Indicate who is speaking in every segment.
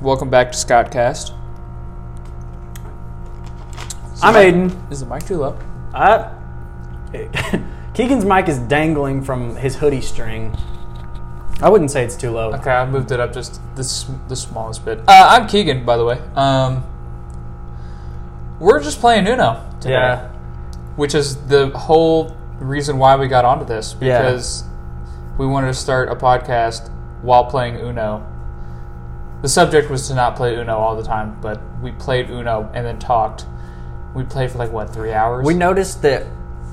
Speaker 1: Welcome back to Scottcast. Is the
Speaker 2: I'm
Speaker 1: mic-
Speaker 2: Aiden.
Speaker 1: Is the mic too low?
Speaker 2: Uh, Keegan's mic is dangling from his hoodie string. I wouldn't say it's too low.
Speaker 1: Okay, I moved it up just this the smallest bit. Uh, I'm Keegan, by the way. Um, we're just playing Uno today,
Speaker 2: Yeah.
Speaker 1: which is the whole reason why we got onto this
Speaker 2: Yeah.
Speaker 1: because we wanted to start a podcast while playing Uno. The subject was to not play Uno all the time, but we played Uno and then talked. We played for like what three hours?
Speaker 2: We noticed that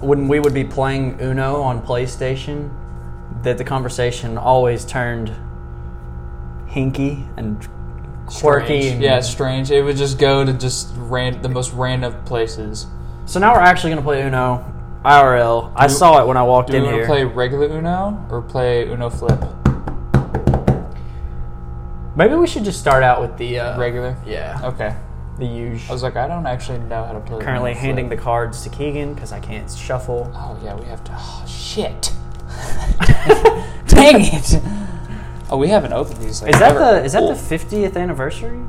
Speaker 2: when we would be playing Uno on PlayStation, that the conversation always turned hinky and quirky.
Speaker 1: Strange.
Speaker 2: and-
Speaker 1: Yeah, it's strange. It would just go to just ran- the most random places.
Speaker 2: So now we're actually gonna play Uno IRL. I saw it when I walked
Speaker 1: Do we
Speaker 2: in
Speaker 1: want to
Speaker 2: here.
Speaker 1: play regular Uno or play Uno Flip?
Speaker 2: Maybe we should just start out with the uh,
Speaker 1: Regular.
Speaker 2: Yeah.
Speaker 1: Okay.
Speaker 2: The usual.
Speaker 1: I was like, I don't actually know how to play.
Speaker 2: currently
Speaker 1: Uno
Speaker 2: handing
Speaker 1: Flip.
Speaker 2: the cards to Keegan because I can't shuffle.
Speaker 1: Oh yeah, we have to. Oh shit. Dang it. Oh, we haven't opened these. Like,
Speaker 2: Is that
Speaker 1: ever.
Speaker 2: the is that
Speaker 1: Oh.
Speaker 2: the fiftieth anniversary?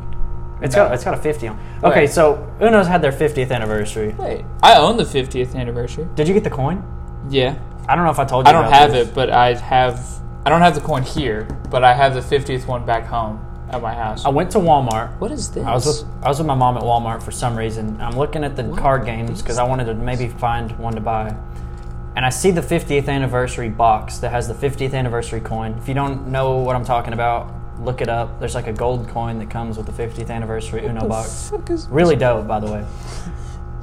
Speaker 2: It's
Speaker 1: No.
Speaker 2: got it's got a fifty on. Okay,
Speaker 1: Right.
Speaker 2: so Uno's had their fiftieth anniversary.
Speaker 1: Wait, I own the 50th anniversary.
Speaker 2: Did you get the coin?
Speaker 1: Yeah,
Speaker 2: I don't know if I told you.
Speaker 1: I don't
Speaker 2: about
Speaker 1: have
Speaker 2: this.
Speaker 1: it, but I have. I don't have the coin here, but I have the 50th one back home at my house.
Speaker 2: I went to Walmart.
Speaker 1: What is this?
Speaker 2: I was with I was with my mom at Walmart for some reason. I'm looking at the card games because I wanted to maybe find one to buy. And I see the 50th anniversary box that has the 50th anniversary coin. If you don't know what I'm talking about, look it up. There's like a gold coin that comes with the 50th anniversary Uno box.
Speaker 1: fuck is-
Speaker 2: Really dope, by the way.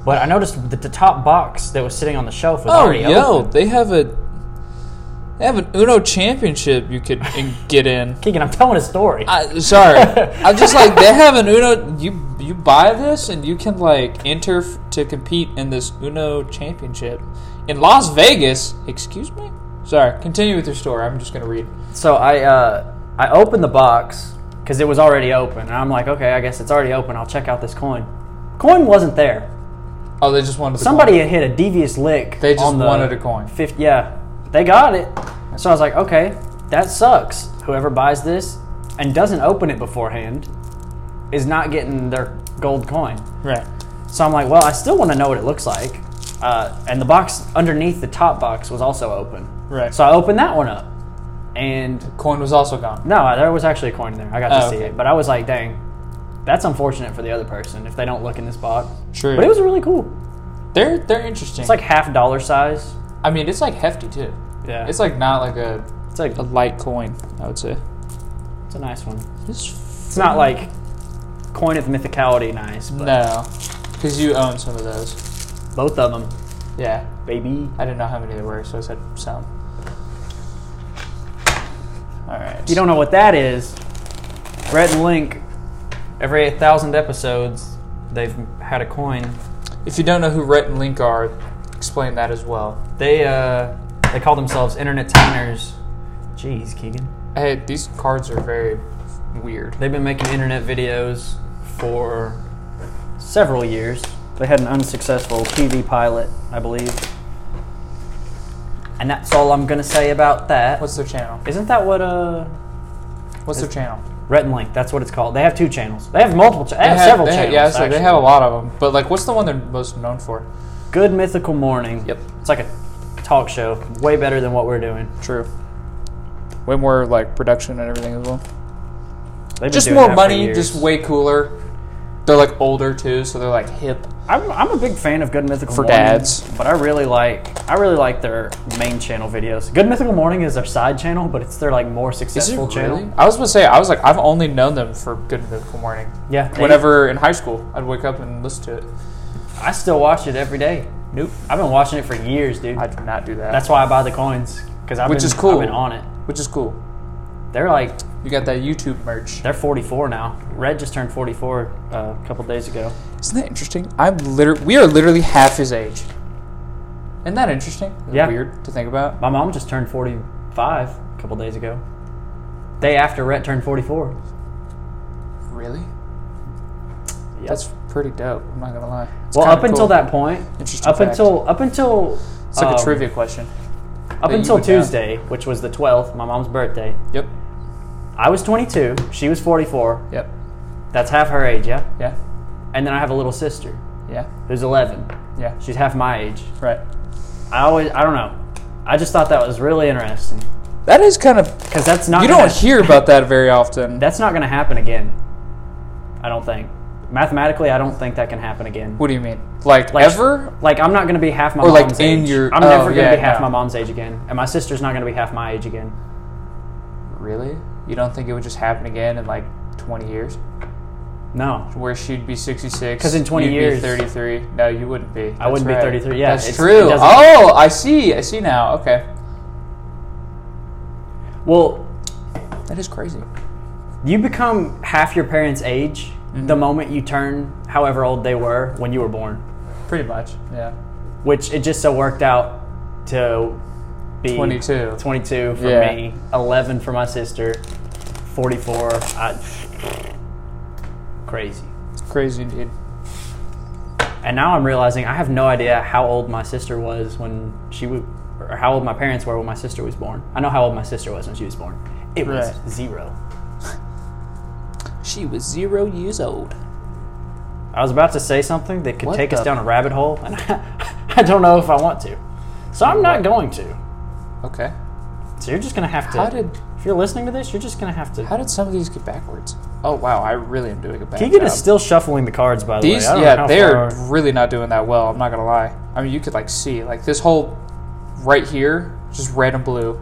Speaker 2: But I noticed that the top box that was sitting on the shelf was
Speaker 1: Oh,
Speaker 2: already
Speaker 1: yo,
Speaker 2: open.
Speaker 1: they have a they have an Uno championship you could in, get in.
Speaker 2: Keegan, I'm telling a story.
Speaker 1: I, sorry, I'm just like they have an Uno. You you buy this and you can like enter f- to compete in this Uno championship in Las Vegas. Excuse me. Sorry. Continue with your story. I'm just gonna read.
Speaker 2: so I uh, I opened the box because it was already open, and I'm like, okay, I guess it's already open. I'll check out this coin. Coin wasn't there.
Speaker 1: Oh, they just wanted the
Speaker 2: Somebody
Speaker 1: coin.
Speaker 2: had hit a devious lick.
Speaker 1: They just
Speaker 2: on the
Speaker 1: wanted a coin.
Speaker 2: Fifth, yeah, they got it. So I was like, okay, that sucks. Whoever buys this and doesn't open it beforehand is not getting their gold coin.
Speaker 1: Right.
Speaker 2: So I'm like, well, I still want to know what it looks like. Uh, and the box underneath the top box was also open.
Speaker 1: Right.
Speaker 2: So I opened that one up. And
Speaker 1: Coin was also gone.
Speaker 2: no, there was actually a coin in there. I got to
Speaker 1: Oh,
Speaker 2: see
Speaker 1: okay.
Speaker 2: it. But I was like, dang, that's unfortunate for the other person if they don't look in this box.
Speaker 1: True.
Speaker 2: But it was really cool.
Speaker 1: They're they're interesting.
Speaker 2: It's like half dollar size.
Speaker 1: I mean, it's like hefty too.
Speaker 2: Yeah.
Speaker 1: It's like not like a
Speaker 2: It's like
Speaker 1: a light coin. I would say.
Speaker 2: it's a nice one.
Speaker 1: This
Speaker 2: It's not like coin of mythicality nice, but
Speaker 1: No, because you own some of those.
Speaker 2: both of them,
Speaker 1: Yeah,
Speaker 2: baby.
Speaker 1: I didn't know how many there were, so I said some. All right.
Speaker 2: If you don't know what that is, Brett and Link, every 8,000 episodes, they've had a coin.
Speaker 1: If you don't know who Rhett and Link are, explain that as well.
Speaker 2: They uh, they call themselves internet timers. Jeez, Keegan.
Speaker 1: Hey, these cards are very weird.
Speaker 2: They've been making internet videos for several years. They had an unsuccessful TV pilot, I believe. And that's all I'm gonna say about that.
Speaker 1: What's their channel?
Speaker 2: Isn't that what uh
Speaker 1: What's their channel?
Speaker 2: Rhett and Link? That's what it's called. They have two channels. They have multiple. Cha- they have
Speaker 1: had-
Speaker 2: several
Speaker 1: they had-
Speaker 2: channels.
Speaker 1: yeah, so they
Speaker 2: actually.
Speaker 1: have a lot of them. But like, what's the one they're most known for?
Speaker 2: Good Mythical Morning.
Speaker 1: Yep.
Speaker 2: It's like a talk show. Way better than what we're doing.
Speaker 1: True. Way more like production and everything as well.
Speaker 2: They've been
Speaker 1: Just
Speaker 2: doing
Speaker 1: more
Speaker 2: that for
Speaker 1: money,
Speaker 2: years.
Speaker 1: just way cooler. They're like older too, so they're like hip.
Speaker 2: I'm, I'm a big fan of Good Mythical
Speaker 1: For
Speaker 2: Morning,
Speaker 1: dads.
Speaker 2: but I really like I really like their main channel videos. Good Mythical Morning is their side channel, but it's their like more successful channel.
Speaker 1: I was gonna say I was like I've only known them for Good Mythical Morning.
Speaker 2: Yeah, they-
Speaker 1: Whenever in high school, I'd wake up and listen to it.
Speaker 2: I still watch it every day.
Speaker 1: Nope,
Speaker 2: I've been watching it for years, dude.
Speaker 1: I do not do that.
Speaker 2: That's why I buy the coins because I've
Speaker 1: Which
Speaker 2: been,
Speaker 1: is cool.
Speaker 2: I've been on it.
Speaker 1: which is cool.
Speaker 2: They're like
Speaker 1: You got that YouTube merch.
Speaker 2: they're 44 now. Red just turned 44 uh, a couple days ago.
Speaker 1: Isn't that interesting? I'm literally we are literally half his age. Isn't that interesting?
Speaker 2: Yeah.
Speaker 1: Weird to think about.
Speaker 2: My mom just turned 45 a couple days ago. Day after Rhett turned 44.
Speaker 1: Really?
Speaker 2: Yep.
Speaker 1: That's pretty dope. I'm not gonna lie. It's
Speaker 2: well,
Speaker 1: kinda
Speaker 2: up until
Speaker 1: cool.
Speaker 2: that point,
Speaker 1: Interesting
Speaker 2: up
Speaker 1: fact.
Speaker 2: until up until
Speaker 1: it's like
Speaker 2: um,
Speaker 1: a trivia question.
Speaker 2: Up
Speaker 1: that you
Speaker 2: until
Speaker 1: would know.
Speaker 2: Tuesday, which was the 12th, my mom's birthday.
Speaker 1: Yep.
Speaker 2: I was 22. She was 44.
Speaker 1: Yep.
Speaker 2: That's half her age, yeah?
Speaker 1: Yeah.
Speaker 2: And then I have a little sister
Speaker 1: Yeah.
Speaker 2: who's 11.
Speaker 1: Yeah.
Speaker 2: She's half my age.
Speaker 1: Right.
Speaker 2: I always, I don't know. I just thought that was really interesting
Speaker 1: That is kind of
Speaker 2: because that's not
Speaker 1: you
Speaker 2: gonna-
Speaker 1: don't hear about that very often.
Speaker 2: that's not going to happen again. I don't think. Mathematically, I don't think that can happen again.
Speaker 1: What do you mean? Like,
Speaker 2: Like-
Speaker 1: ever?
Speaker 2: Like I'm not going to be half my
Speaker 1: Or, like,
Speaker 2: mom's
Speaker 1: in
Speaker 2: age.
Speaker 1: your-
Speaker 2: I'm
Speaker 1: oh,
Speaker 2: never going to
Speaker 1: yeah,
Speaker 2: be half
Speaker 1: no.
Speaker 2: my mom's age again, and my sister's not going to be half my age again.
Speaker 1: Really? You don't think it would just happen again in like 20 years,
Speaker 2: No,
Speaker 1: where she'd be 66?
Speaker 2: 'Cause in 20
Speaker 1: you'd be
Speaker 2: years-
Speaker 1: 33. No, you wouldn't be. That's
Speaker 2: wouldn't be
Speaker 1: right.
Speaker 2: 33, yeah,
Speaker 1: that's
Speaker 2: it's-
Speaker 1: true.
Speaker 2: it doesn't-
Speaker 1: Oh, I see. I see now. Okay,
Speaker 2: well,
Speaker 1: that is crazy.
Speaker 2: you become half your parents' age
Speaker 1: Mm-hmm.
Speaker 2: the moment you turn however old they were when you were born,
Speaker 1: Pretty much. Yeah.
Speaker 2: which it just so worked out to be
Speaker 1: 22.
Speaker 2: 22 for
Speaker 1: Yeah.
Speaker 2: me, 11 for my sister, 44. I, crazy.
Speaker 1: It's crazy indeed.
Speaker 2: And now I'm realizing I have no idea how old my sister was when she was, or how old my parents were when my sister was born. I know how old my sister was when she was born. It was
Speaker 1: Right.
Speaker 2: zero.
Speaker 1: She was zero years old.
Speaker 2: I was about to say something that could
Speaker 1: What
Speaker 2: take us
Speaker 1: the-
Speaker 2: down a rabbit hole, and I, don't know if I want to. So I'm not going to.
Speaker 1: Okay.
Speaker 2: So you're just gonna have to.
Speaker 1: How did-
Speaker 2: if you're listening to this, you're just gonna have to.
Speaker 1: How did some of these get backwards? Oh wow, I really am doing a bad
Speaker 2: Keegan
Speaker 1: job.
Speaker 2: is still shuffling the cards, by the
Speaker 1: These,
Speaker 2: way. I don't know
Speaker 1: yeah,
Speaker 2: how
Speaker 1: they're
Speaker 2: far-
Speaker 1: really not doing that well. I'm not gonna lie. I mean, you could like see like this whole right here, just red and blue,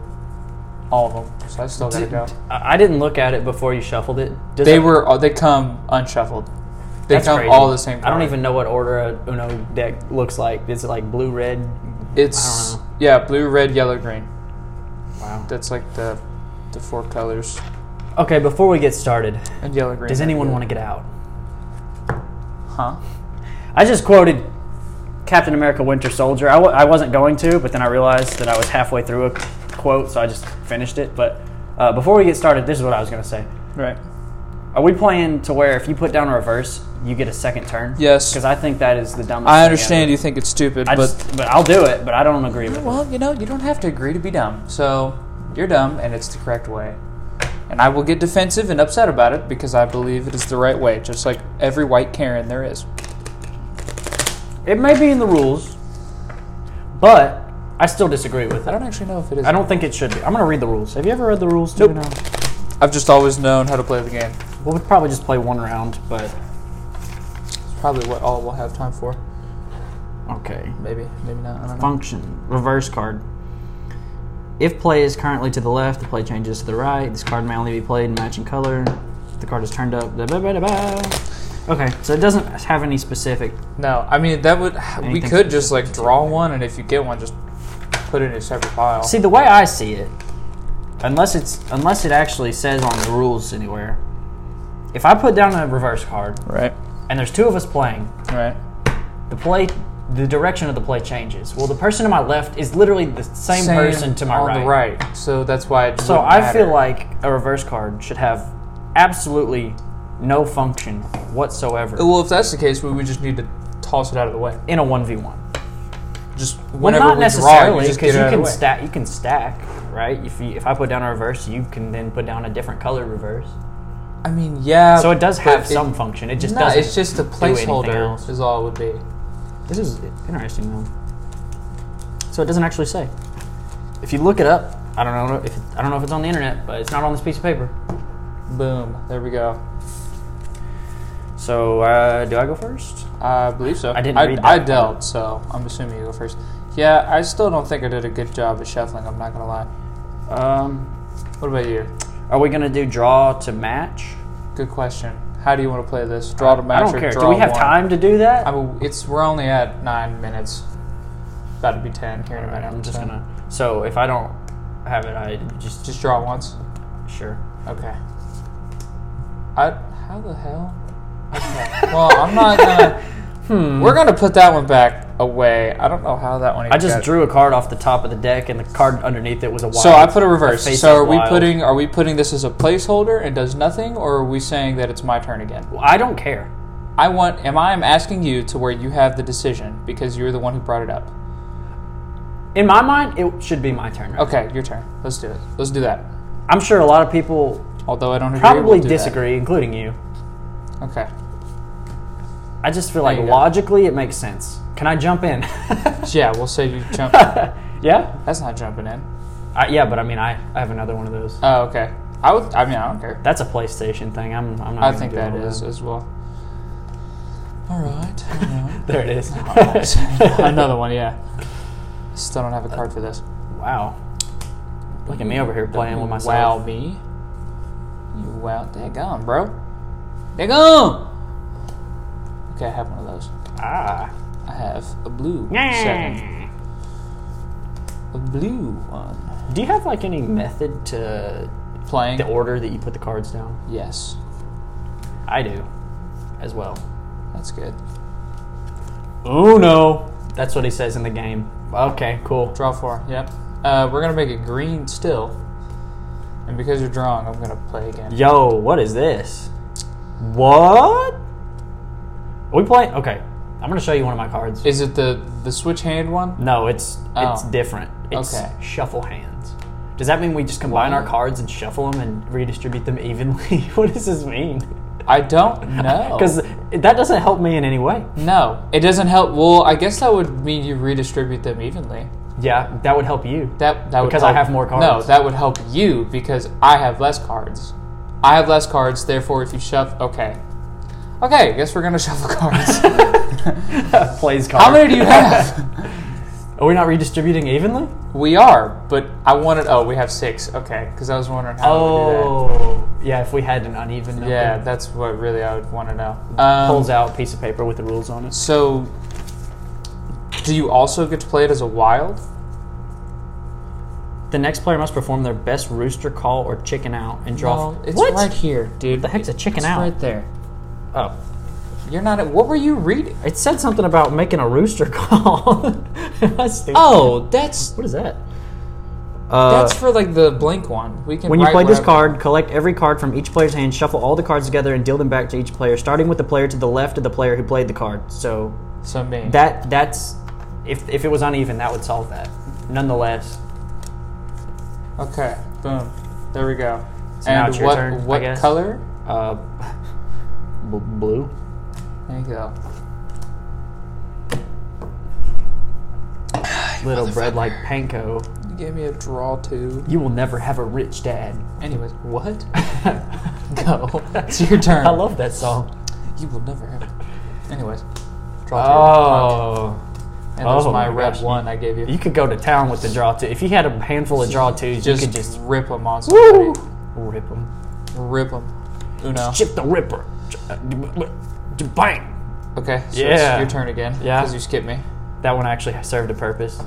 Speaker 1: all of them. So I still gotta go.
Speaker 2: I I didn't look at it before you shuffled it. Does
Speaker 1: They
Speaker 2: it-
Speaker 1: were oh, they come unshuffled. They
Speaker 2: That's
Speaker 1: come
Speaker 2: crazy.
Speaker 1: all the same.
Speaker 2: I don't
Speaker 1: color.
Speaker 2: even know what order a Uno deck looks like. Is it like blue, red?
Speaker 1: It's
Speaker 2: I don't know.
Speaker 1: yeah, blue, red, yellow, green.
Speaker 2: Wow.
Speaker 1: That's like the the four colors
Speaker 2: Okay, before we get started,
Speaker 1: and yellow green.
Speaker 2: does anyone want to get out?
Speaker 1: to? Huh?
Speaker 2: I just quoted Captain America Winter Soldier. I w- I wasn't going to, but then I realized that I was halfway through a quote, so I just finished it. But uh, before we get started, this is what I was going to say.
Speaker 1: Right.
Speaker 2: Are we playing to where if you put down a reverse, you get a second turn?
Speaker 1: Yes.
Speaker 2: Because I think that is the dumbest
Speaker 1: I
Speaker 2: thing
Speaker 1: understand
Speaker 2: ever.
Speaker 1: you think it's stupid,
Speaker 2: I
Speaker 1: but
Speaker 2: just, but I'll do it, but I don't agree with it.
Speaker 1: Well, you know, you don't have to agree to be dumb. So you're dumb, and it's the correct way. And I will get defensive and upset about it because I believe it is the right way, just like every white Karen there is.
Speaker 2: It may be in the rules, but I still disagree with
Speaker 1: I
Speaker 2: it.
Speaker 1: don't actually know if it is.
Speaker 2: I don't think it should be. I'm going to read the rules. Have you ever read the rules? Do you
Speaker 1: Nope.
Speaker 2: know?
Speaker 1: I've just always known how to play the game.
Speaker 2: We'll probably just play one round, but
Speaker 1: It's probably what all we'll have time for.
Speaker 2: okay.
Speaker 1: Maybe, maybe not. I don't know.
Speaker 2: Function reverse card. If play is currently to the left, the play changes to the right. This card may only be played in matching color. The card is turned up. Da, ba, ba, da, ba. Okay, so it doesn't have any specific.
Speaker 1: No, I mean that would. we
Speaker 2: Anything
Speaker 1: could just like draw one, and if you get one, just put it in a separate pile.
Speaker 2: See, the way I see it, unless it's unless it actually says on the rules anywhere, if I put down a reverse card
Speaker 1: right,
Speaker 2: and there's two of us playing,
Speaker 1: right.
Speaker 2: the play the direction of the play changes. Well, the person to my left is literally the same, person to my
Speaker 1: on the right. So that's why. It
Speaker 2: So
Speaker 1: wouldn't
Speaker 2: I
Speaker 1: matter.
Speaker 2: feel like a reverse card should have absolutely no function whatsoever
Speaker 1: Well, if that's the case, we would just need to toss it out of the way.
Speaker 2: in a one v one.
Speaker 1: just
Speaker 2: Well,
Speaker 1: whenever
Speaker 2: not
Speaker 1: we draw,
Speaker 2: necessarily
Speaker 1: you just get
Speaker 2: because
Speaker 1: it
Speaker 2: you,
Speaker 1: out of the
Speaker 2: can
Speaker 1: way.
Speaker 2: stack. You can stack, right? If you, if I put down a reverse, you can then put down a different color reverse.
Speaker 1: I mean, yeah.
Speaker 2: So it does
Speaker 1: Uh, but
Speaker 2: have
Speaker 1: it-
Speaker 2: some function. It just
Speaker 1: no,
Speaker 2: doesn't.
Speaker 1: it's just a
Speaker 2: anything
Speaker 1: placeholder
Speaker 2: else.
Speaker 1: is all it would be.
Speaker 2: This is interesting though. So it doesn't actually say. If you look it up, I don't know if I don't know if it's on the internet, but it's not on this piece of paper.
Speaker 1: Boom. There we go.
Speaker 2: So uh, do I go first?
Speaker 1: I believe so.
Speaker 2: I didn't
Speaker 1: I,
Speaker 2: read that.
Speaker 1: I dealt, so I'm assuming you go first. Yeah, I still don't think I did a good job at shuffling. I'm not gonna lie.
Speaker 2: Um,
Speaker 1: What about you?
Speaker 2: are we gonna do draw to match?
Speaker 1: Good question. How do you want to play this? Draw to match
Speaker 2: I don't
Speaker 1: or
Speaker 2: care. Do
Speaker 1: draw
Speaker 2: we have
Speaker 1: one?
Speaker 2: time to do that?
Speaker 1: I mean, it's we're only at nine minutes. About to be ten here in a
Speaker 2: All right,
Speaker 1: minute.
Speaker 2: I'm just
Speaker 1: so.
Speaker 2: gonna. So if I don't have it, I just
Speaker 1: just draw once.
Speaker 2: sure.
Speaker 1: Okay. I how the hell? Okay. well, I'm not gonna. We're gonna put that one back away. I don't know how that one.
Speaker 2: Hmm. I
Speaker 1: even
Speaker 2: just
Speaker 1: got-
Speaker 2: drew a card off the top of the deck, and the card underneath it was a wild.
Speaker 1: So I put a reverse.
Speaker 2: face
Speaker 1: So
Speaker 2: is
Speaker 1: are we
Speaker 2: wild.
Speaker 1: putting are we putting this as a placeholder and does nothing, or are we saying that it's my turn again?
Speaker 2: I don't care.
Speaker 1: I want. Am I am asking you to where you have the decision because you're the one who brought it up.
Speaker 2: In my mind, it should be my turn. Right?
Speaker 1: Okay, your turn. Let's do it. Let's do that.
Speaker 2: I'm sure a lot of people
Speaker 1: Although I don't agree,
Speaker 2: probably
Speaker 1: we'll do that.
Speaker 2: disagree, including you.
Speaker 1: Okay.
Speaker 2: I just feel
Speaker 1: There
Speaker 2: like
Speaker 1: you go.
Speaker 2: logically it makes sense. Can I jump in?
Speaker 1: Yeah, we'll say you jump.
Speaker 2: yeah?
Speaker 1: That's not jumping in.
Speaker 2: I, yeah, but I mean, I, I have another one of those.
Speaker 1: Oh, okay. I would. I mean, I don't care.
Speaker 2: That's a PlayStation thing. I'm, I'm not
Speaker 1: I
Speaker 2: gonna
Speaker 1: think
Speaker 2: do
Speaker 1: that
Speaker 2: all
Speaker 1: is as well. All right.
Speaker 2: There it is.
Speaker 1: Another one, yeah. Still don't have a card for this.
Speaker 2: wow. Look at me over here playing with myself.
Speaker 1: Wow, me. You wow. Daggone, bro. Daggone! Okay, I have one of those.
Speaker 2: Ah.
Speaker 1: I have a blue seven.
Speaker 2: Yeah.
Speaker 1: A blue one.
Speaker 2: Do you have like any method to
Speaker 1: Playing?
Speaker 2: the order that you put the cards down?
Speaker 1: yes.
Speaker 2: I do, as well.
Speaker 1: That's good.
Speaker 2: Uno. That's what he says in the game. Okay, cool.
Speaker 1: Draw four. Yep. Uh, we're going to make it green still. And because you're drawing, I'm going to play again.
Speaker 2: Yo, what is this? What? Are we playing? Okay, I'm gonna show you one of my cards.
Speaker 1: Is it the the switch hand one?
Speaker 2: no, it's it's
Speaker 1: Oh.
Speaker 2: different. It's
Speaker 1: Okay.
Speaker 2: shuffle hands. Does that mean we just combine our
Speaker 1: What?
Speaker 2: cards and shuffle them and redistribute them evenly? what does this mean?
Speaker 1: I don't know.
Speaker 2: Because that doesn't help me in any way.
Speaker 1: no, it doesn't help. Well, I guess that would mean you redistribute them evenly.
Speaker 2: Yeah, that would help you.
Speaker 1: That that would
Speaker 2: Because I
Speaker 1: help-
Speaker 2: have more cards.
Speaker 1: No, that would help you because I have less cards. I have less cards. Therefore, if you shove, okay, okay, I guess we're gonna shuffle cards.
Speaker 2: plays card.
Speaker 1: How many do you have?
Speaker 2: Are we not redistributing evenly?
Speaker 1: we are, but I wanted. Oh, we have six. Okay, because I was wondering how. we do
Speaker 2: Oh, yeah. If we had an uneven
Speaker 1: that.
Speaker 2: number,
Speaker 1: yeah, that's what really I would want to know. Um,
Speaker 2: pulls out a piece of paper with the rules on it.
Speaker 1: So, do you also get to play it as a wild?
Speaker 2: The next player must perform their best rooster call or chicken out and draw.
Speaker 1: No, it's
Speaker 2: what?
Speaker 1: right here, dude.
Speaker 2: The heck's a chicken
Speaker 1: It's
Speaker 2: out?
Speaker 1: Right there.
Speaker 2: Oh,
Speaker 1: You're not. What were you reading?
Speaker 2: it said something about making a rooster call. that's stupid.
Speaker 1: Oh, that's
Speaker 2: what is that? Uh,
Speaker 1: that's for like the blank one. We can.
Speaker 2: when you
Speaker 1: write
Speaker 2: play this
Speaker 1: whatever-
Speaker 2: card, collect every card from each player's hand, shuffle all the cards together, and deal them back to each player, starting with the player to the left of the player who played the card. So
Speaker 1: So me.
Speaker 2: that that's if if it was uneven, that would solve that. Nonetheless,
Speaker 1: okay. Boom. There we go.
Speaker 2: So now
Speaker 1: and
Speaker 2: it's your
Speaker 1: what
Speaker 2: turn, I
Speaker 1: what
Speaker 2: guess.
Speaker 1: color?
Speaker 2: uh, bl- blue.
Speaker 1: There you go.
Speaker 2: little bread like panko.
Speaker 1: You gave me a draw too.
Speaker 2: You will never have a rich dad.
Speaker 1: Anyways, what? go. It's your turn.
Speaker 2: I love that song.
Speaker 1: You will never have. Anyways. Draw two.
Speaker 2: Oh,
Speaker 1: And there's
Speaker 2: Oh
Speaker 1: my
Speaker 2: my
Speaker 1: red
Speaker 2: gosh.
Speaker 1: one I gave you.
Speaker 2: you could go to town with the draw two. If you had a handful of draw twos,
Speaker 1: just,
Speaker 2: you could just
Speaker 1: rip them on somebody.
Speaker 2: rip them.
Speaker 1: Rip them. Uno.
Speaker 2: Chip the Ripper. Bang.
Speaker 1: Okay, so
Speaker 2: Yeah.
Speaker 1: it's your turn again.
Speaker 2: Yeah.
Speaker 1: Because you skipped me.
Speaker 2: That one actually served a purpose.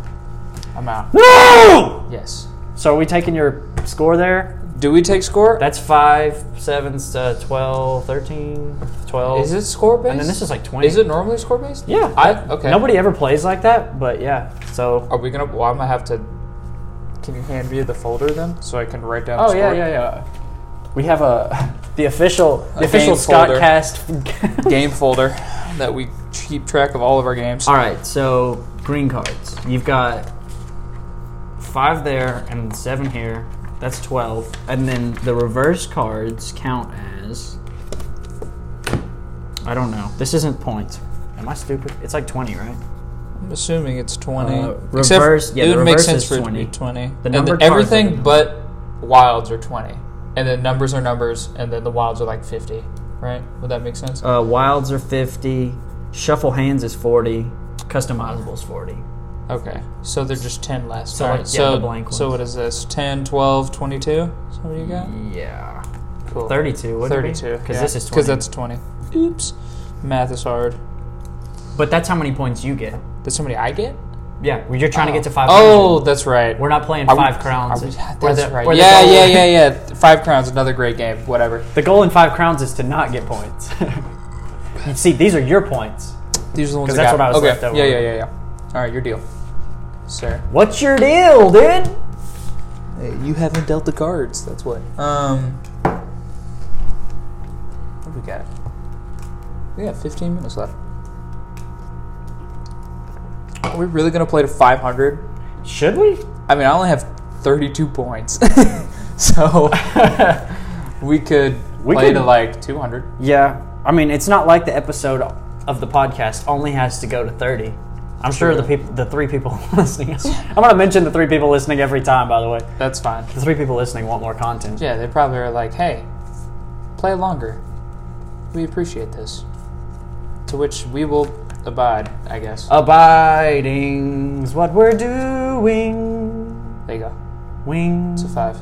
Speaker 1: I'm out.
Speaker 2: No.
Speaker 1: Yes.
Speaker 2: So are we taking your score there?
Speaker 1: Do we take score?
Speaker 2: That's five, seven, uh, 12, 13, 12.
Speaker 1: Is it score based?
Speaker 2: And then this is like 20.
Speaker 1: Is it normally score based?
Speaker 2: Yeah.
Speaker 1: I okay.
Speaker 2: Nobody ever plays like that, but yeah. So.
Speaker 1: Are we gonna? Well, I'm gonna have to. Can you hand me the folder then, so I can write down?
Speaker 2: Oh
Speaker 1: the
Speaker 2: yeah,
Speaker 1: score?
Speaker 2: yeah, yeah. We have a the official the
Speaker 1: A
Speaker 2: official
Speaker 1: game
Speaker 2: Scott
Speaker 1: folder.
Speaker 2: Cast.
Speaker 1: Game folder that we keep track of all of our games.
Speaker 2: All right, so green cards. You've got five there and seven here. That's twelve, and then the reverse cards count as. I don't know. This isn't points. Am I stupid? It's like twenty, right?
Speaker 1: I'm assuming it's 20.
Speaker 2: Uh,
Speaker 1: Except
Speaker 2: reverse- yeah,
Speaker 1: it
Speaker 2: the
Speaker 1: would make
Speaker 2: reverse
Speaker 1: sense
Speaker 2: is
Speaker 1: for it to
Speaker 2: 20.
Speaker 1: be 20.
Speaker 2: The
Speaker 1: and
Speaker 2: numbered
Speaker 1: then
Speaker 2: cards are the
Speaker 1: everything
Speaker 2: number.
Speaker 1: but wilds are 20. And then numbers are numbers, and then the wilds are like 50. Right? Would that make sense?
Speaker 2: Uh, wilds are fifty. Shuffle hands is forty. Customizable is forty.
Speaker 1: Okay. So they're just 10 less.
Speaker 2: So,
Speaker 1: All
Speaker 2: like,
Speaker 1: right,
Speaker 2: yeah,
Speaker 1: so,
Speaker 2: the blank
Speaker 1: so
Speaker 2: ones. Mm,
Speaker 1: what is this? 10, 12, 22? Is that what you got?
Speaker 2: Yeah.
Speaker 1: Cool.
Speaker 2: 32, wouldn't it be?
Speaker 1: 32.
Speaker 2: 'Cause this is 20.
Speaker 1: Because that's 20. Oops. Math is hard.
Speaker 2: But that's how many points you get.
Speaker 1: Did somebody I get?
Speaker 2: Yeah, well, you're trying to get to five.
Speaker 1: Oh, that's right.
Speaker 2: we're not playing
Speaker 1: Are we-
Speaker 2: five crowns.
Speaker 1: are we-
Speaker 2: Where
Speaker 1: that's
Speaker 2: the-
Speaker 1: right.
Speaker 2: where the
Speaker 1: Yeah,
Speaker 2: goal-
Speaker 1: yeah, yeah, yeah. Five Crowns, another great game. Whatever.
Speaker 2: The goal in five crowns is to not get points. you see, these are your points.
Speaker 1: These are the ones
Speaker 2: 'Cause
Speaker 1: that
Speaker 2: that's
Speaker 1: got-
Speaker 2: what I was
Speaker 1: okay.
Speaker 2: left over
Speaker 1: Yeah, yeah,
Speaker 2: with.
Speaker 1: yeah, yeah. All right, your deal, sir.
Speaker 2: What's your deal, dude?
Speaker 1: You haven't dealt the cards. That's what. Um, what do we got? We got 15 minutes left. Are we really gonna play to 500?
Speaker 2: Should we?
Speaker 1: I mean, I only have 32 points, so we could
Speaker 2: We
Speaker 1: play
Speaker 2: could-
Speaker 1: to like 200.
Speaker 2: Yeah. I mean, it's not like the episode of the podcast only has to go to 30. I'm sure the people, the three people listening. I'm going to mention the three people listening every time. By the way,
Speaker 1: That's fine.
Speaker 2: the three people listening want more content.
Speaker 1: Yeah, they probably are like, hey, play longer. We appreciate this. To which we will abide, I guess.
Speaker 2: Abiding's what we're doing.
Speaker 1: There you go.
Speaker 2: Wing,
Speaker 1: It's a five.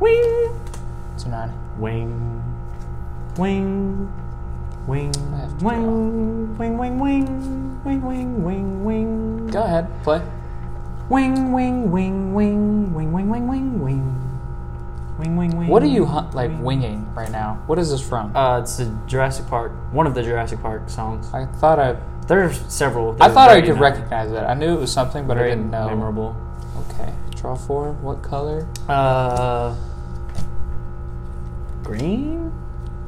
Speaker 2: wing,
Speaker 1: It's a nine.
Speaker 2: wing, wing, wing,
Speaker 1: I have to
Speaker 2: wing, wing, wing, wing, wing, wing, wing, wing.
Speaker 1: Go ahead, play.
Speaker 2: Wing, wing, wing, wing, wing, wing, wing, wing, wing, wing, wing, wing.
Speaker 1: What are you hu- like winging right now? What is this from?
Speaker 2: Uh, it's the Jurassic Park, one of the Jurassic Park songs.
Speaker 1: I thought I,
Speaker 2: There's several.
Speaker 1: I
Speaker 2: There's
Speaker 1: thought I
Speaker 2: very
Speaker 1: could
Speaker 2: mem-
Speaker 1: recognize that. I knew it was something, but I
Speaker 2: Very
Speaker 1: didn't know.
Speaker 2: memorable.
Speaker 1: Okay, draw four. What color?
Speaker 2: Uh, green?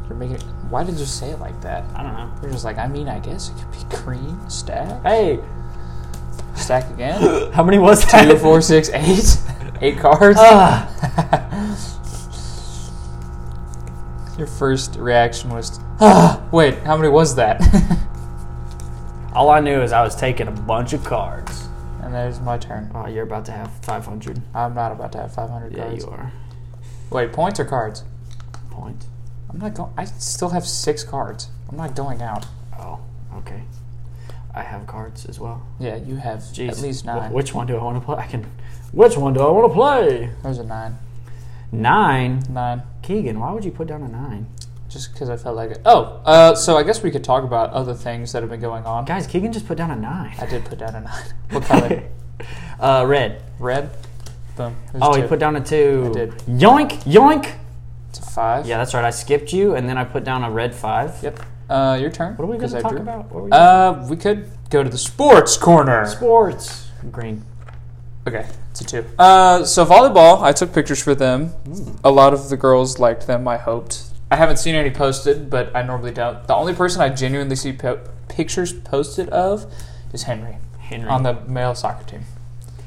Speaker 1: You're making. Why did you say it like that?
Speaker 2: I don't know.
Speaker 1: You're just like, I mean, I guess it could be green. Stack,
Speaker 2: Hey,
Speaker 1: stack again.
Speaker 2: how many was that?
Speaker 1: Two, four, six, eight. Eight cards.
Speaker 2: Ah,
Speaker 1: Your first reaction was, ah, wait, how many was that?
Speaker 2: all I knew is I was taking a bunch of cards.
Speaker 1: and there's my turn.
Speaker 2: Oh, you're about to have 500.
Speaker 1: I'm not about to have 500
Speaker 2: Yeah,
Speaker 1: cards.
Speaker 2: you are.
Speaker 1: Wait, points or cards?
Speaker 2: Point.
Speaker 1: I'm not going. I still have six cards. I'm not going out.
Speaker 2: Oh, okay. I have cards as well.
Speaker 1: Yeah, you have
Speaker 2: Jeez.
Speaker 1: at least
Speaker 2: Wh-
Speaker 1: nine.
Speaker 2: which one do I want to play? I can. Which one do I want to play?
Speaker 1: There's a nine.
Speaker 2: Nine.
Speaker 1: Nine.
Speaker 2: Keegan, why would you put down a nine?
Speaker 1: Just because I felt like it. Oh, uh, so I guess we could talk about other things that have been going on.
Speaker 2: Guys, Keegan just put down a nine.
Speaker 1: I did put down a nine. What color?
Speaker 2: uh, red.
Speaker 1: Red. Boom. There's
Speaker 2: Oh,
Speaker 1: two.
Speaker 2: he put down a two.
Speaker 1: I did.
Speaker 2: Yoink, yoink.
Speaker 1: It's a five.
Speaker 2: Yeah, that's right. I skipped you, and then I put down a red five.
Speaker 1: Yep. Uh, your turn.
Speaker 2: What are we going
Speaker 1: 'cause I
Speaker 2: to talk
Speaker 1: drew.
Speaker 2: about? What were we
Speaker 1: Uh, we could go to the sports corner.
Speaker 2: Sports. Green.
Speaker 1: Okay, it's a two. Uh, so volleyball, I took pictures for them.
Speaker 2: Hmm.
Speaker 1: A lot of the girls liked them. I hoped. I haven't seen any posted, but I normally don't. The only person I genuinely see po- pictures posted of is Henry
Speaker 2: Henry.
Speaker 1: on the male soccer team.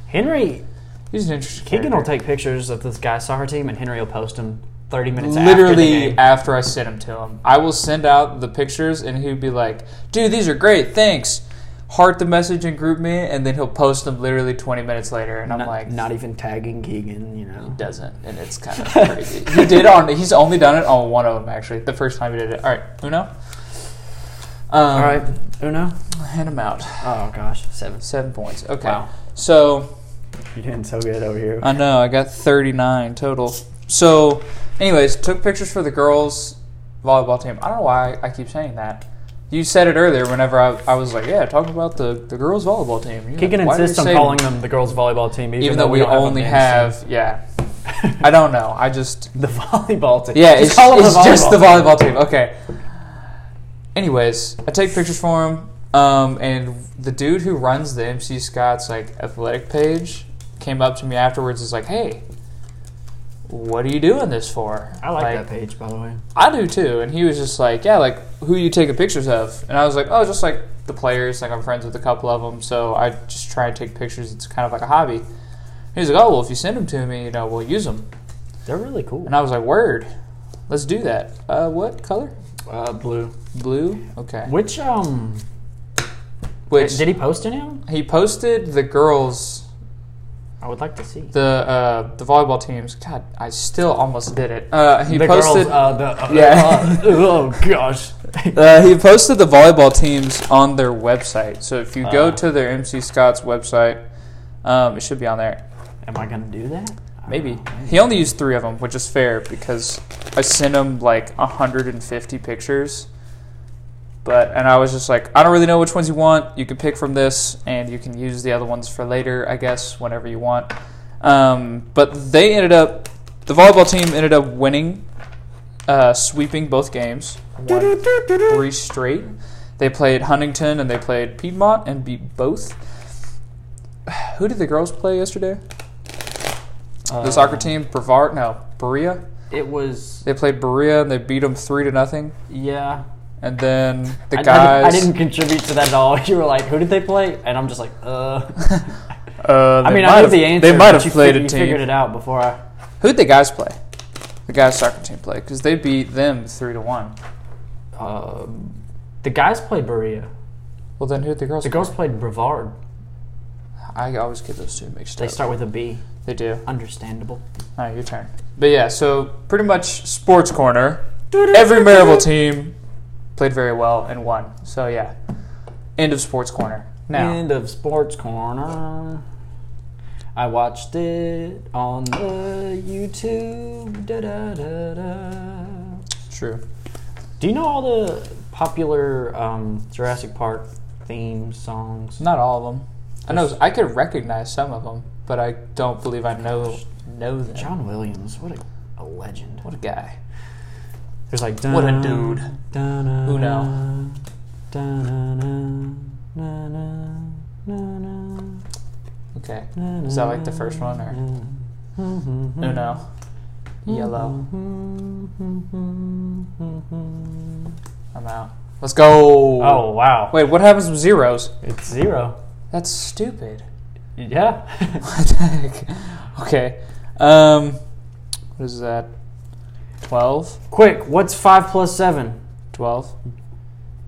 Speaker 2: Henry.
Speaker 1: He's an interesting.
Speaker 2: Keegan will
Speaker 1: character.
Speaker 2: take pictures of this guy's soccer team, and Henry will post them 30 minutes after the
Speaker 1: literally
Speaker 2: game.
Speaker 1: after, I sent him to him. I will send out the pictures, and he'd be like, "Dude, these are great. Thanks." Heart the message and group me, and then he'll post them literally 20 minutes later, and I'm
Speaker 2: Not,
Speaker 1: like,
Speaker 2: not e- even tagging Keegan, you know.
Speaker 1: doesn't, and it's kind of crazy. he did on. He's only done it on one of them actually. The first time he did it. All right, Uno. Um,
Speaker 2: All right, Uno.
Speaker 1: hand him out.
Speaker 2: Oh gosh, seven.
Speaker 1: Um, Seven points. Okay.
Speaker 2: Wow.
Speaker 1: So
Speaker 2: You're doing so good over here.
Speaker 1: I know I got thirty nine total. So, anyways, took pictures for the girls volleyball team. I don't know why I keep saying that. You said it earlier. Whenever I, I was like, yeah, talking about the, the girls volleyball team. You're like,
Speaker 2: Keegan
Speaker 1: "Why do you
Speaker 2: insists on
Speaker 1: say
Speaker 2: calling them the girls' volleyball team, even,
Speaker 1: even though we
Speaker 2: don't have a
Speaker 1: only
Speaker 2: men's
Speaker 1: have yeah.
Speaker 2: team.
Speaker 1: I don't know. I just
Speaker 2: the volleyball team.
Speaker 1: Yeah,
Speaker 2: Just
Speaker 1: it's,
Speaker 2: call them
Speaker 1: it's just the
Speaker 2: team.
Speaker 1: volleyball team. Okay. Anyways, I take pictures for him, um, and the dude who runs the MC Scott's like athletic page came up to me afterwards. Is like, "Hey, what are you doing this for?"
Speaker 2: I like, that page, by the way.
Speaker 1: I do too. And he was just like, "Yeah, like who you taking pictures of?" And I was like, "Oh, just like the players. Like I'm friends with a couple of them, so I just try and take pictures. It's kind of like a hobby." He's like, "Oh, well, if you send them to me, you know, we'll use them."
Speaker 2: They're really cool.
Speaker 1: And I was like, "Word, let's do that." Uh, what color?
Speaker 2: Uh, blue.
Speaker 1: Blue. Okay.
Speaker 2: Which um,
Speaker 1: Which
Speaker 2: did he post any of them?
Speaker 1: he posted the girls,
Speaker 2: I would like to see.
Speaker 1: the uh, the volleyball teams. God, I still almost did it. Uh, he
Speaker 2: the
Speaker 1: posted.
Speaker 2: girls. Uh, the, uh,
Speaker 1: Yeah.
Speaker 2: uh, oh gosh.
Speaker 1: uh, he posted the volleyball teams on their website. So if you
Speaker 2: Uh.
Speaker 1: go to their MC Scott's website, um, it should be on there.
Speaker 2: Am I gonna do that? I
Speaker 1: Maybe
Speaker 2: don't know.
Speaker 1: he only used three of them, which is fair because I sent him like 150 pictures. But and I was just like, I don't really know which ones you want. You can pick from this, and you can use the other ones for later, I guess, whenever you want. Um, but they ended up, the volleyball team ended up winning, uh, sweeping both games, won three straight. They played Huntington and they played Piedmont and beat both. Who did the girls play yesterday?
Speaker 2: Uh,
Speaker 1: The soccer team, Brevard, no, Berea.
Speaker 2: It was
Speaker 1: They played Berea and they beat them three to nothing.
Speaker 2: yeah.
Speaker 1: And then the
Speaker 2: I- I didn't-
Speaker 1: guys,
Speaker 2: I, didn't contribute to that at all. You were like, "Who did they play?" And I'm just like,
Speaker 1: uh,
Speaker 2: "Uh." I
Speaker 1: they
Speaker 2: mean,
Speaker 1: might
Speaker 2: I knew
Speaker 1: have-
Speaker 2: the answer.
Speaker 1: They might have
Speaker 2: but you
Speaker 1: played
Speaker 2: fig-
Speaker 1: a
Speaker 2: You figured
Speaker 1: team.
Speaker 2: it out before I.
Speaker 1: Who did the guys play? The guys soccer team play because they beat them three to one.
Speaker 2: Uh, the guys played Berea.
Speaker 1: Well, then who the girls?
Speaker 2: The girls played Brevard.
Speaker 1: I always get those two mixed
Speaker 2: They
Speaker 1: up.
Speaker 2: start with a B.
Speaker 1: They do.
Speaker 2: Understandable.
Speaker 1: All right, your turn. But yeah, so pretty much sports corner. Every Maryville team played very well and won. So yeah, end of sports corner. Now,
Speaker 2: End of Sports Corner. I watched it on the YouTube. Da, da, da, da.
Speaker 1: true.
Speaker 2: Do you know all the popular um, Jurassic Park theme songs?
Speaker 1: Not all of them. I know I could recognize some of them, but I don't believe I know know them.
Speaker 2: John Williams, what a, a legend.
Speaker 1: What a guy.
Speaker 2: There's like
Speaker 1: What a dude.
Speaker 2: Uno.
Speaker 1: Uno. Okay. Is that like the first one or
Speaker 2: Mm-hmm.
Speaker 1: Uno? Yellow. I'm out. Let's go.
Speaker 2: Oh wow!
Speaker 1: Wait, what happens with zeros?
Speaker 2: It's zero.
Speaker 1: That's stupid.
Speaker 2: Yeah.
Speaker 1: What the heck? Okay. Um, what is that? 12?
Speaker 2: Quick, what's five plus seven?
Speaker 1: 12?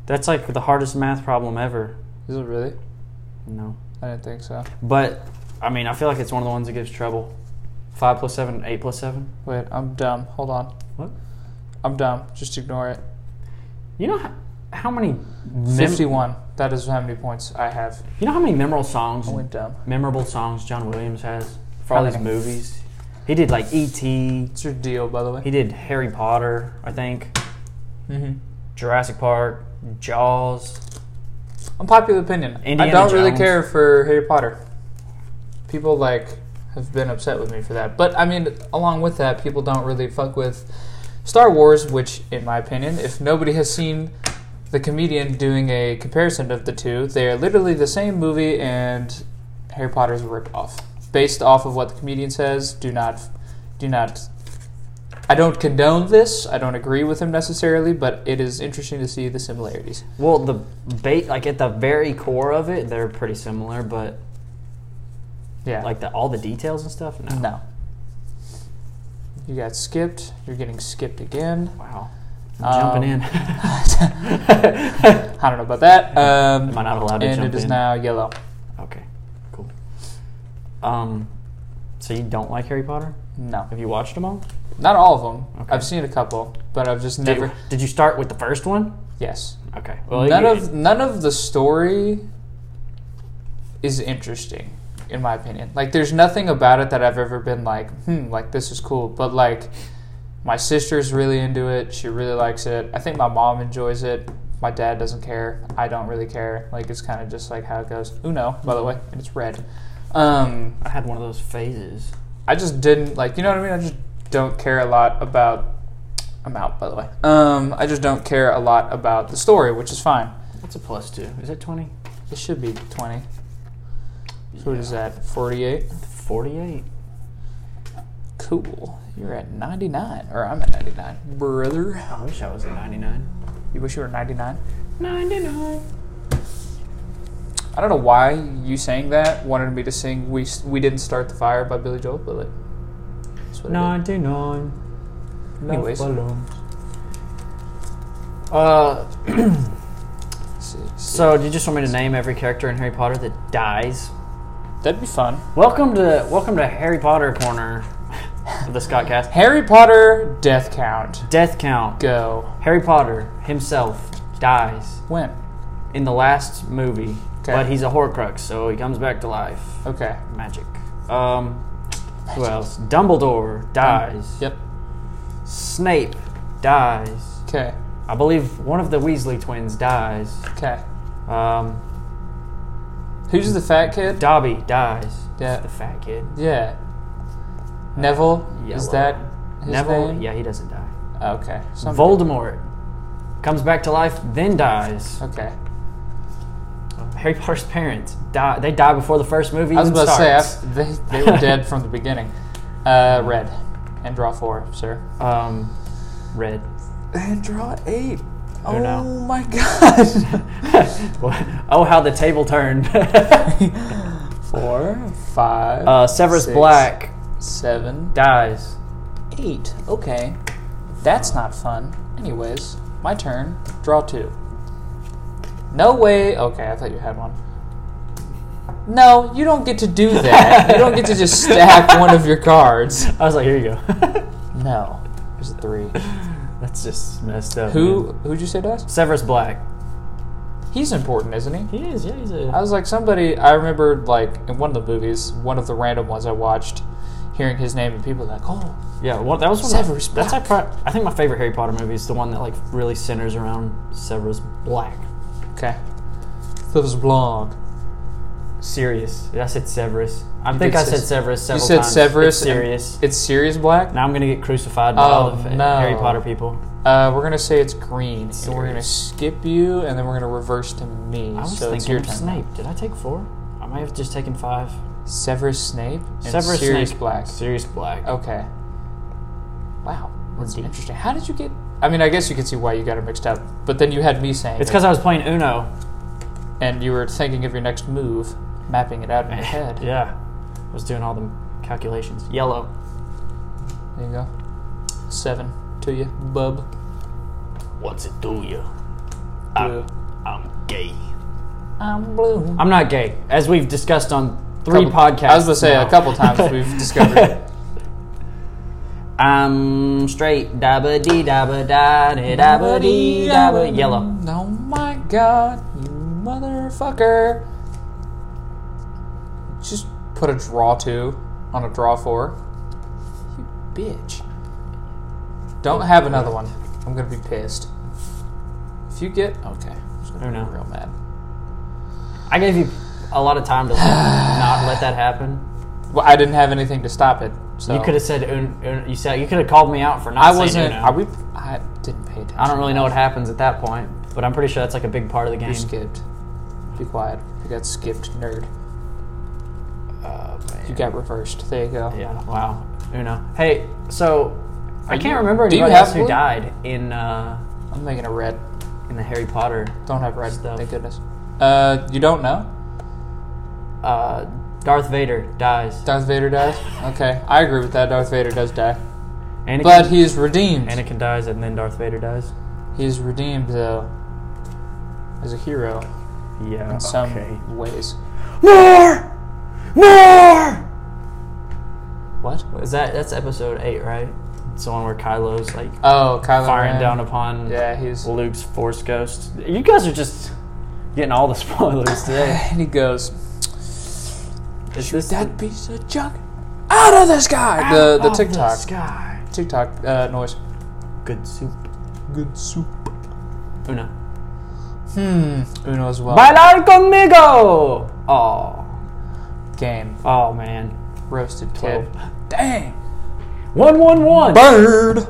Speaker 2: That's like the hardest math problem ever.
Speaker 1: Is it really?
Speaker 2: No.
Speaker 1: I didn't think so.
Speaker 2: But I mean, I feel like it's one of the ones that gives trouble. Five plus seven, eight plus seven.
Speaker 1: Wait, I'm dumb. Hold on.
Speaker 2: What?
Speaker 1: I'm dumb. Just ignore it.
Speaker 2: You know how, how many mem-
Speaker 1: 51. That is how many points I have.
Speaker 2: You know how many memorable songs,
Speaker 1: I went dumb.
Speaker 2: memorable songs John Williams has for all
Speaker 1: How
Speaker 2: these
Speaker 1: many?
Speaker 2: movies. He did like E.T.
Speaker 1: What's your deal, by the way?
Speaker 2: He did Harry Potter, I think.
Speaker 1: Mm-hmm.
Speaker 2: Jurassic Park, Jaws.
Speaker 1: Unpopular opinion. I
Speaker 2: Indiana
Speaker 1: don't really
Speaker 2: Jones.
Speaker 1: care for Harry Potter. People like have been upset with me for that. But I mean, along with that, people don't really fuck with Star Wars, which, in my opinion, if nobody has seen the comedian doing a comparison of the two, they are literally the same movie, and Harry Potter's a ripoff. Based off of what the comedian says, do not, do not. I don't condone this. I don't agree with him necessarily, but it is interesting to see the similarities.
Speaker 2: Well, the bait, like at the very core of it, they're pretty similar, but
Speaker 1: Yeah.
Speaker 2: like the, all the details and stuff. No.
Speaker 1: No. You got skipped. You're getting skipped again.
Speaker 2: Wow.
Speaker 1: Um,
Speaker 2: I'm jumping in.
Speaker 1: I don't know about that. Um,
Speaker 2: Am I not allowed to
Speaker 1: and
Speaker 2: jump
Speaker 1: it is
Speaker 2: in?
Speaker 1: now yellow.
Speaker 2: Okay. Cool. Um, so you don't like Harry Potter?
Speaker 1: No,
Speaker 2: Have you watched them all?
Speaker 1: not all of them.
Speaker 2: Okay.
Speaker 1: I've seen a couple, but I've just
Speaker 2: Did-
Speaker 1: never.
Speaker 2: Did, you start with the first one?
Speaker 1: Yes,
Speaker 2: Okay. Well,
Speaker 1: none
Speaker 2: you-
Speaker 1: of none of the story is interesting, in my opinion. Like, there's nothing about it that I've ever been like, hmm, like this is cool. But like, my sister's really into it. She really likes it. I think my mom enjoys it. My dad doesn't care. I don't really care. Like it's kind of just like how it goes. Uno, by the way, and it's red. Um,
Speaker 2: I had one of those phases.
Speaker 1: I just didn't like. You know what I mean? I just don't care a lot about. I'm out, by the way. Um, I just don't care a lot about the story, which is fine.
Speaker 2: What's a plus two? Is it twenty?
Speaker 1: It should be twenty. So what is that? Forty-eight.
Speaker 2: Forty-eight.
Speaker 1: Cool. You're at ninety-nine, or I'm at ninety-nine, brother.
Speaker 2: Oh, I wish I was at ninety-nine.
Speaker 1: You wish you were ninety-nine.
Speaker 2: Ninety-nine.
Speaker 1: I don't know why you saying that wanted me to sing "We We Didn't Start the Fire" by Billy Joel, but like, that's what I did.
Speaker 2: Ninety-nine. Love
Speaker 1: Anyways.
Speaker 2: balloons. Uh, so do you just want me to name every character in Harry Potter that dies?
Speaker 1: That'd be fun.
Speaker 2: Welcome to welcome to Harry Potter corner of the Scott Cast.
Speaker 1: Harry Potter death count.
Speaker 2: Death count.
Speaker 1: Go
Speaker 2: Harry Potter himself dies
Speaker 1: when?
Speaker 2: in the last movie,
Speaker 1: Okay.
Speaker 2: but he's a Horcrux, so he comes back to life.
Speaker 1: Okay.
Speaker 2: Magic. Um, who else? Dumbledore dies.
Speaker 1: Yep.
Speaker 2: Snape dies.
Speaker 1: Okay.
Speaker 2: I believe one of the Weasley twins dies.
Speaker 1: Okay.
Speaker 2: Um,
Speaker 1: Who's the fat kid?
Speaker 2: Dobby dies.
Speaker 1: Yeah.
Speaker 2: The fat kid.
Speaker 1: Yeah. Neville. Is
Speaker 2: Uh, Yellow.
Speaker 1: that his
Speaker 2: Neville.
Speaker 1: name? Oh,
Speaker 2: Yeah, he doesn't die.
Speaker 1: Okay. Some-
Speaker 2: Voldemort comes back to life, then dies.
Speaker 1: Okay.
Speaker 2: Harry Potter's parents die. They die before the first movie.
Speaker 1: I was
Speaker 2: even
Speaker 1: about to say
Speaker 2: starts.
Speaker 1: I've, they, they were dead from the beginning. Uh, red, and draw four, sir.
Speaker 2: Um, red.
Speaker 1: And draw eight.
Speaker 2: Oh no.
Speaker 1: my god.
Speaker 2: oh, how the table turned.
Speaker 1: Four, five,
Speaker 2: uh, Severus
Speaker 1: six,
Speaker 2: Black
Speaker 1: seven,
Speaker 2: dies.
Speaker 1: eight. Okay, that's not fun. Anyways, My turn. Draw two. No way. Okay, I thought you had one. No, you don't get to do that. you don't get to just stack one of your cards.
Speaker 2: I was like, here you go.
Speaker 1: No, there's a three.
Speaker 2: That's just messed up.
Speaker 1: Who?
Speaker 2: man.
Speaker 1: Who'd you say does?
Speaker 2: Severus Black.
Speaker 1: He's important, isn't he?
Speaker 2: He is. Yeah, he's a.
Speaker 1: I was like, somebody. I remember, like, in one of the movies, one of the random ones I watched, hearing his name, and people were like, "Oh,
Speaker 2: yeah, well, that was one. of my-
Speaker 1: Severus
Speaker 2: That's I, pro- I think my favorite Harry Potter movie is the one that like really centers around Severus Black.
Speaker 1: okay." That was blonde.
Speaker 2: Sirius. I said Severus. I
Speaker 1: You
Speaker 2: think
Speaker 1: did
Speaker 2: I
Speaker 1: say-
Speaker 2: said Severus
Speaker 1: You
Speaker 2: several
Speaker 1: said
Speaker 2: times.
Speaker 1: Severus.
Speaker 2: It's
Speaker 1: and-
Speaker 2: Sirius.
Speaker 1: It's Sirius Black.
Speaker 2: now I'm gonna get crucified by
Speaker 1: Oh,
Speaker 2: all of Harry
Speaker 1: no.
Speaker 2: Potter people.
Speaker 1: Uh, we're gonna say it's green, and we're gonna
Speaker 2: Sirius.
Speaker 1: skip you, and then we're gonna reverse to me.
Speaker 2: I was
Speaker 1: so it's
Speaker 2: thinking
Speaker 1: your
Speaker 2: of
Speaker 1: turn.
Speaker 2: Snape. Did I take four? I might have just taken five.
Speaker 1: Severus Snape and
Speaker 2: Severus
Speaker 1: Sirius
Speaker 2: Snape.
Speaker 1: Black. Oh.
Speaker 2: Sirius Black.
Speaker 1: Okay. Wow, that's
Speaker 2: Indeed.
Speaker 1: interesting. How did you get? I mean, I guess you can see why you got it mixed up, but then you had me saying
Speaker 2: It's
Speaker 1: it,
Speaker 2: because I was playing Uno.
Speaker 1: and you were thinking of your next move, mapping it out in your head.
Speaker 2: Yeah, I was doing all the calculations. Yellow.
Speaker 1: There you go. Seven to you, bub.
Speaker 2: What's it do you?
Speaker 1: I'm-
Speaker 2: I'm gay.
Speaker 1: I'm blue.
Speaker 2: I'm not gay, as we've discussed on three
Speaker 1: Couple-
Speaker 2: podcasts.
Speaker 1: I was gonna say
Speaker 2: now.
Speaker 1: a couple times we've discovered.
Speaker 2: I'm straight. Dabba dee dabba da dee dabba dee dabba. Yellow.
Speaker 1: Oh my god, you motherfucker. Just put a draw two on a draw four. You bitch. Don't have another one. I'm gonna be pissed. If you get okay, I'm just gonna
Speaker 2: Oh, no.
Speaker 1: be real mad.
Speaker 2: I gave you a lot of time to like, not let that happen.
Speaker 1: Well, I didn't have anything to stop it. So
Speaker 2: You could have said un, un, you said you could have called me out for not.
Speaker 1: I
Speaker 2: saying
Speaker 1: wasn't.
Speaker 2: Uno.
Speaker 1: I we. I didn't pay attention.
Speaker 2: I don't really know what happens at that point, but I'm pretty sure that's like a big part of the game.
Speaker 1: You skipped. Be quiet. You got skipped, nerd.
Speaker 2: Oh, man.
Speaker 1: You got reversed. There you go.
Speaker 2: Yeah. Wow. Uno. Hey. So I can't
Speaker 1: you-
Speaker 2: remember
Speaker 1: do you
Speaker 2: anybody
Speaker 1: have
Speaker 2: else who
Speaker 1: one?
Speaker 2: died in uh,
Speaker 1: I'm making a red.
Speaker 2: in the Harry Potter.
Speaker 1: Don't have red.
Speaker 2: Stuff.
Speaker 1: Thank goodness. Uh, you don't know?
Speaker 2: Uh, Darth Vader dies.
Speaker 1: Darth Vader dies. Okay, I agree with that. Darth Vader does die,
Speaker 2: Anakin,
Speaker 1: but he is redeemed.
Speaker 2: Anakin dies, and then Darth Vader dies.
Speaker 1: He is redeemed though, as a hero
Speaker 2: Yeah.
Speaker 1: in some ways.
Speaker 2: More. More.
Speaker 1: What?
Speaker 2: Is that that's episode eight, right? It's the one where Kylo's like
Speaker 1: Oh, Kylo
Speaker 2: firing
Speaker 1: Ren.
Speaker 2: down upon
Speaker 1: Yeah, he's.
Speaker 2: Luke's Force Ghost. You guys are just getting all the spoilers today.
Speaker 1: And he goes,
Speaker 2: Is this
Speaker 1: "That piece of junk, out of the sky." the the
Speaker 2: Out of
Speaker 1: TikTok
Speaker 2: sky.
Speaker 1: TikTok uh, noise.
Speaker 2: Good soup.
Speaker 1: Good soup.
Speaker 2: Una.
Speaker 1: Hmm. Uno as well.
Speaker 2: Bailar conmigo. Oh.
Speaker 1: Game
Speaker 2: Oh man.
Speaker 1: roasted kid.
Speaker 2: Twelve.
Speaker 1: Dang.
Speaker 2: One one one.
Speaker 1: Bird.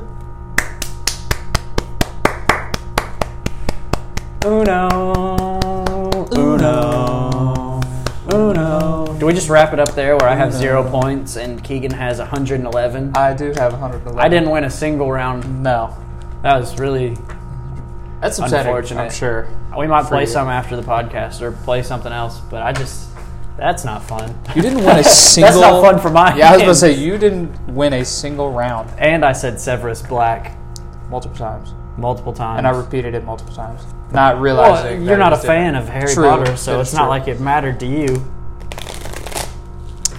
Speaker 2: Uno. Uno. Uno. Do we just wrap it up there where I have zero points and Keegan has 111?
Speaker 1: I do have 111.
Speaker 2: I didn't win a single round.
Speaker 1: No.
Speaker 2: That was really.
Speaker 1: That's upsetting.
Speaker 2: Unfortunate.
Speaker 1: I'm sure.
Speaker 2: We might play
Speaker 1: you.
Speaker 2: some after the podcast or play something else, but I just. That's not fun.
Speaker 1: You didn't win a single.
Speaker 2: That's not fun for my.
Speaker 1: Yeah, I was gonna say you didn't win a single round
Speaker 2: And I said Severus Black
Speaker 1: multiple times,
Speaker 2: multiple times.
Speaker 1: and I repeated it multiple times, not realizing
Speaker 2: Well,
Speaker 1: that
Speaker 2: you're
Speaker 1: it
Speaker 2: not a
Speaker 1: was
Speaker 2: fan
Speaker 1: different.
Speaker 2: of Harry
Speaker 1: True,
Speaker 2: Potter, so
Speaker 1: that
Speaker 2: it's
Speaker 1: is
Speaker 2: not
Speaker 1: true.
Speaker 2: like it mattered to you.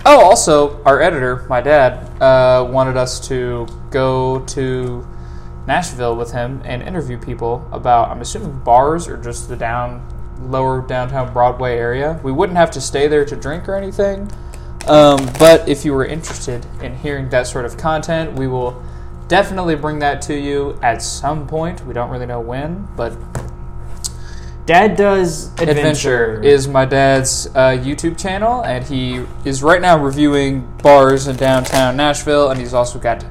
Speaker 1: Oh, also, our editor, my dad, uh, wanted us to go to Nashville with him and interview people about, I'm assuming, bars or just the down, lower downtown Broadway area. We wouldn't have to stay there to drink or anything. Um, but if you were interested in hearing that sort of content, we will definitely bring that to you at some point. We don't really know when, but
Speaker 2: Dad does adventure.
Speaker 1: Adventure is my dad's uh, YouTube channel, and he is right now reviewing bars in downtown Nashville, and he's also got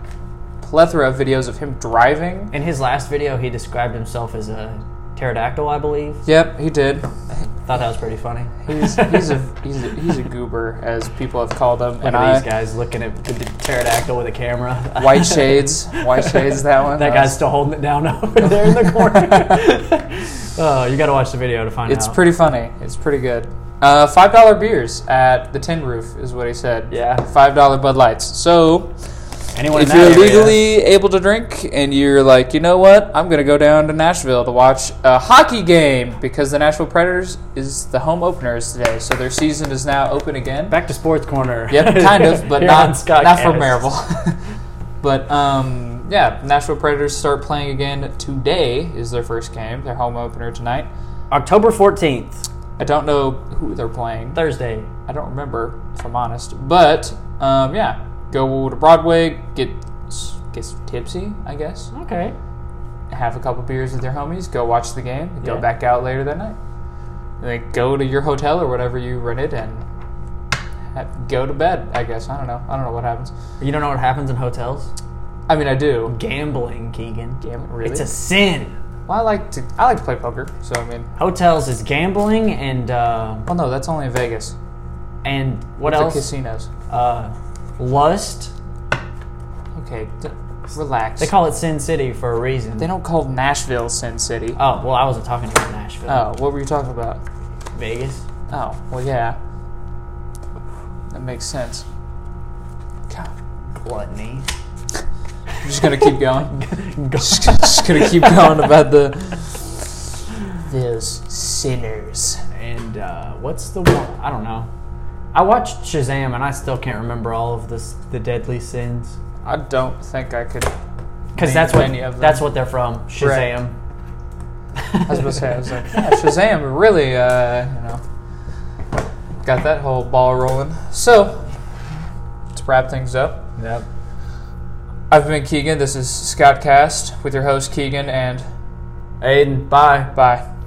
Speaker 1: plethora of videos of him driving.
Speaker 2: in his last video, he described himself as a pterodactyl, I believe.
Speaker 1: Yep, he did.
Speaker 2: Thought that was pretty funny.
Speaker 1: He's he's a he's a, he's a goober, as people have called him,
Speaker 2: Look
Speaker 1: and
Speaker 2: at
Speaker 1: I
Speaker 2: these guys looking at the pterodactyl with a camera.
Speaker 1: white shades, white shades. That one.
Speaker 2: that guy's still holding it down over there in the corner. oh, you got to watch the video to find
Speaker 1: It's
Speaker 2: out.
Speaker 1: pretty funny. It's pretty good. Uh, Five dollar beers at the Tin Roof is what he said.
Speaker 2: Yeah.
Speaker 1: Five dollar Bud Lights. So
Speaker 2: Anyone
Speaker 1: if
Speaker 2: in that
Speaker 1: you're
Speaker 2: area-
Speaker 1: legally able to drink and you're like, you know what, I'm gonna go down to Nashville to watch a hockey game because the Nashville Predators is the home openers today, so their season is now open again.
Speaker 2: Back to sports corner.
Speaker 1: Yep, kind of, but
Speaker 2: Here on
Speaker 1: not
Speaker 2: Scott
Speaker 1: not for
Speaker 2: Cast.
Speaker 1: Marvel. but um, yeah, Nashville Predators start playing again today. Is their first game, their home opener tonight.
Speaker 2: October fourteenth,
Speaker 1: I don't know who they're playing.
Speaker 2: Thursday.
Speaker 1: I don't remember if I'm honest, but um, yeah, go to Broadway, get get tipsy, I guess.
Speaker 2: Okay.
Speaker 1: Have a couple beers with your homies, go watch the game, and
Speaker 2: Yeah.
Speaker 1: go back out later that night. And then go to your hotel or whatever you rented and ha- go to bed. I guess I don't know. I don't know what happens.
Speaker 2: You don't know what happens in hotels?
Speaker 1: I mean, I do.
Speaker 2: Gambling, Keegan.
Speaker 1: Damn it, really?
Speaker 2: It's a sin.
Speaker 1: well, I like to I like to play poker, so I mean,
Speaker 2: Hotels is gambling and uh,
Speaker 1: well, no, that's only in Vegas.
Speaker 2: and what
Speaker 1: The
Speaker 2: else?
Speaker 1: casinos.
Speaker 2: Uh, lust.
Speaker 1: Okay, d- relax.
Speaker 2: They call it Sin City for a reason.
Speaker 1: they don't call Nashville Sin City.
Speaker 2: Oh well, I wasn't talking about Nashville.
Speaker 1: oh, what were you talking about?
Speaker 2: Vegas.
Speaker 1: Oh, well, yeah. That makes sense. God,
Speaker 2: Gluttony.
Speaker 1: I'm just gonna keep going. just, just gonna keep going about the those sinners.
Speaker 2: and uh, what's the one? I don't know. I watched Shazam and I still can't remember all of this, the deadly sins
Speaker 1: I don't think I could.
Speaker 2: because
Speaker 1: Name
Speaker 2: that's what
Speaker 1: any of them.
Speaker 2: that's what they're from. Shazam.
Speaker 1: I was about to say, I was like, yeah, Shazam really, uh, you know, got that whole ball rolling. So, to wrap things up,
Speaker 2: Yep.
Speaker 1: I've been Keegan. This is Scott Cast with your host Keegan, and
Speaker 2: Aiden, bye.
Speaker 1: bye.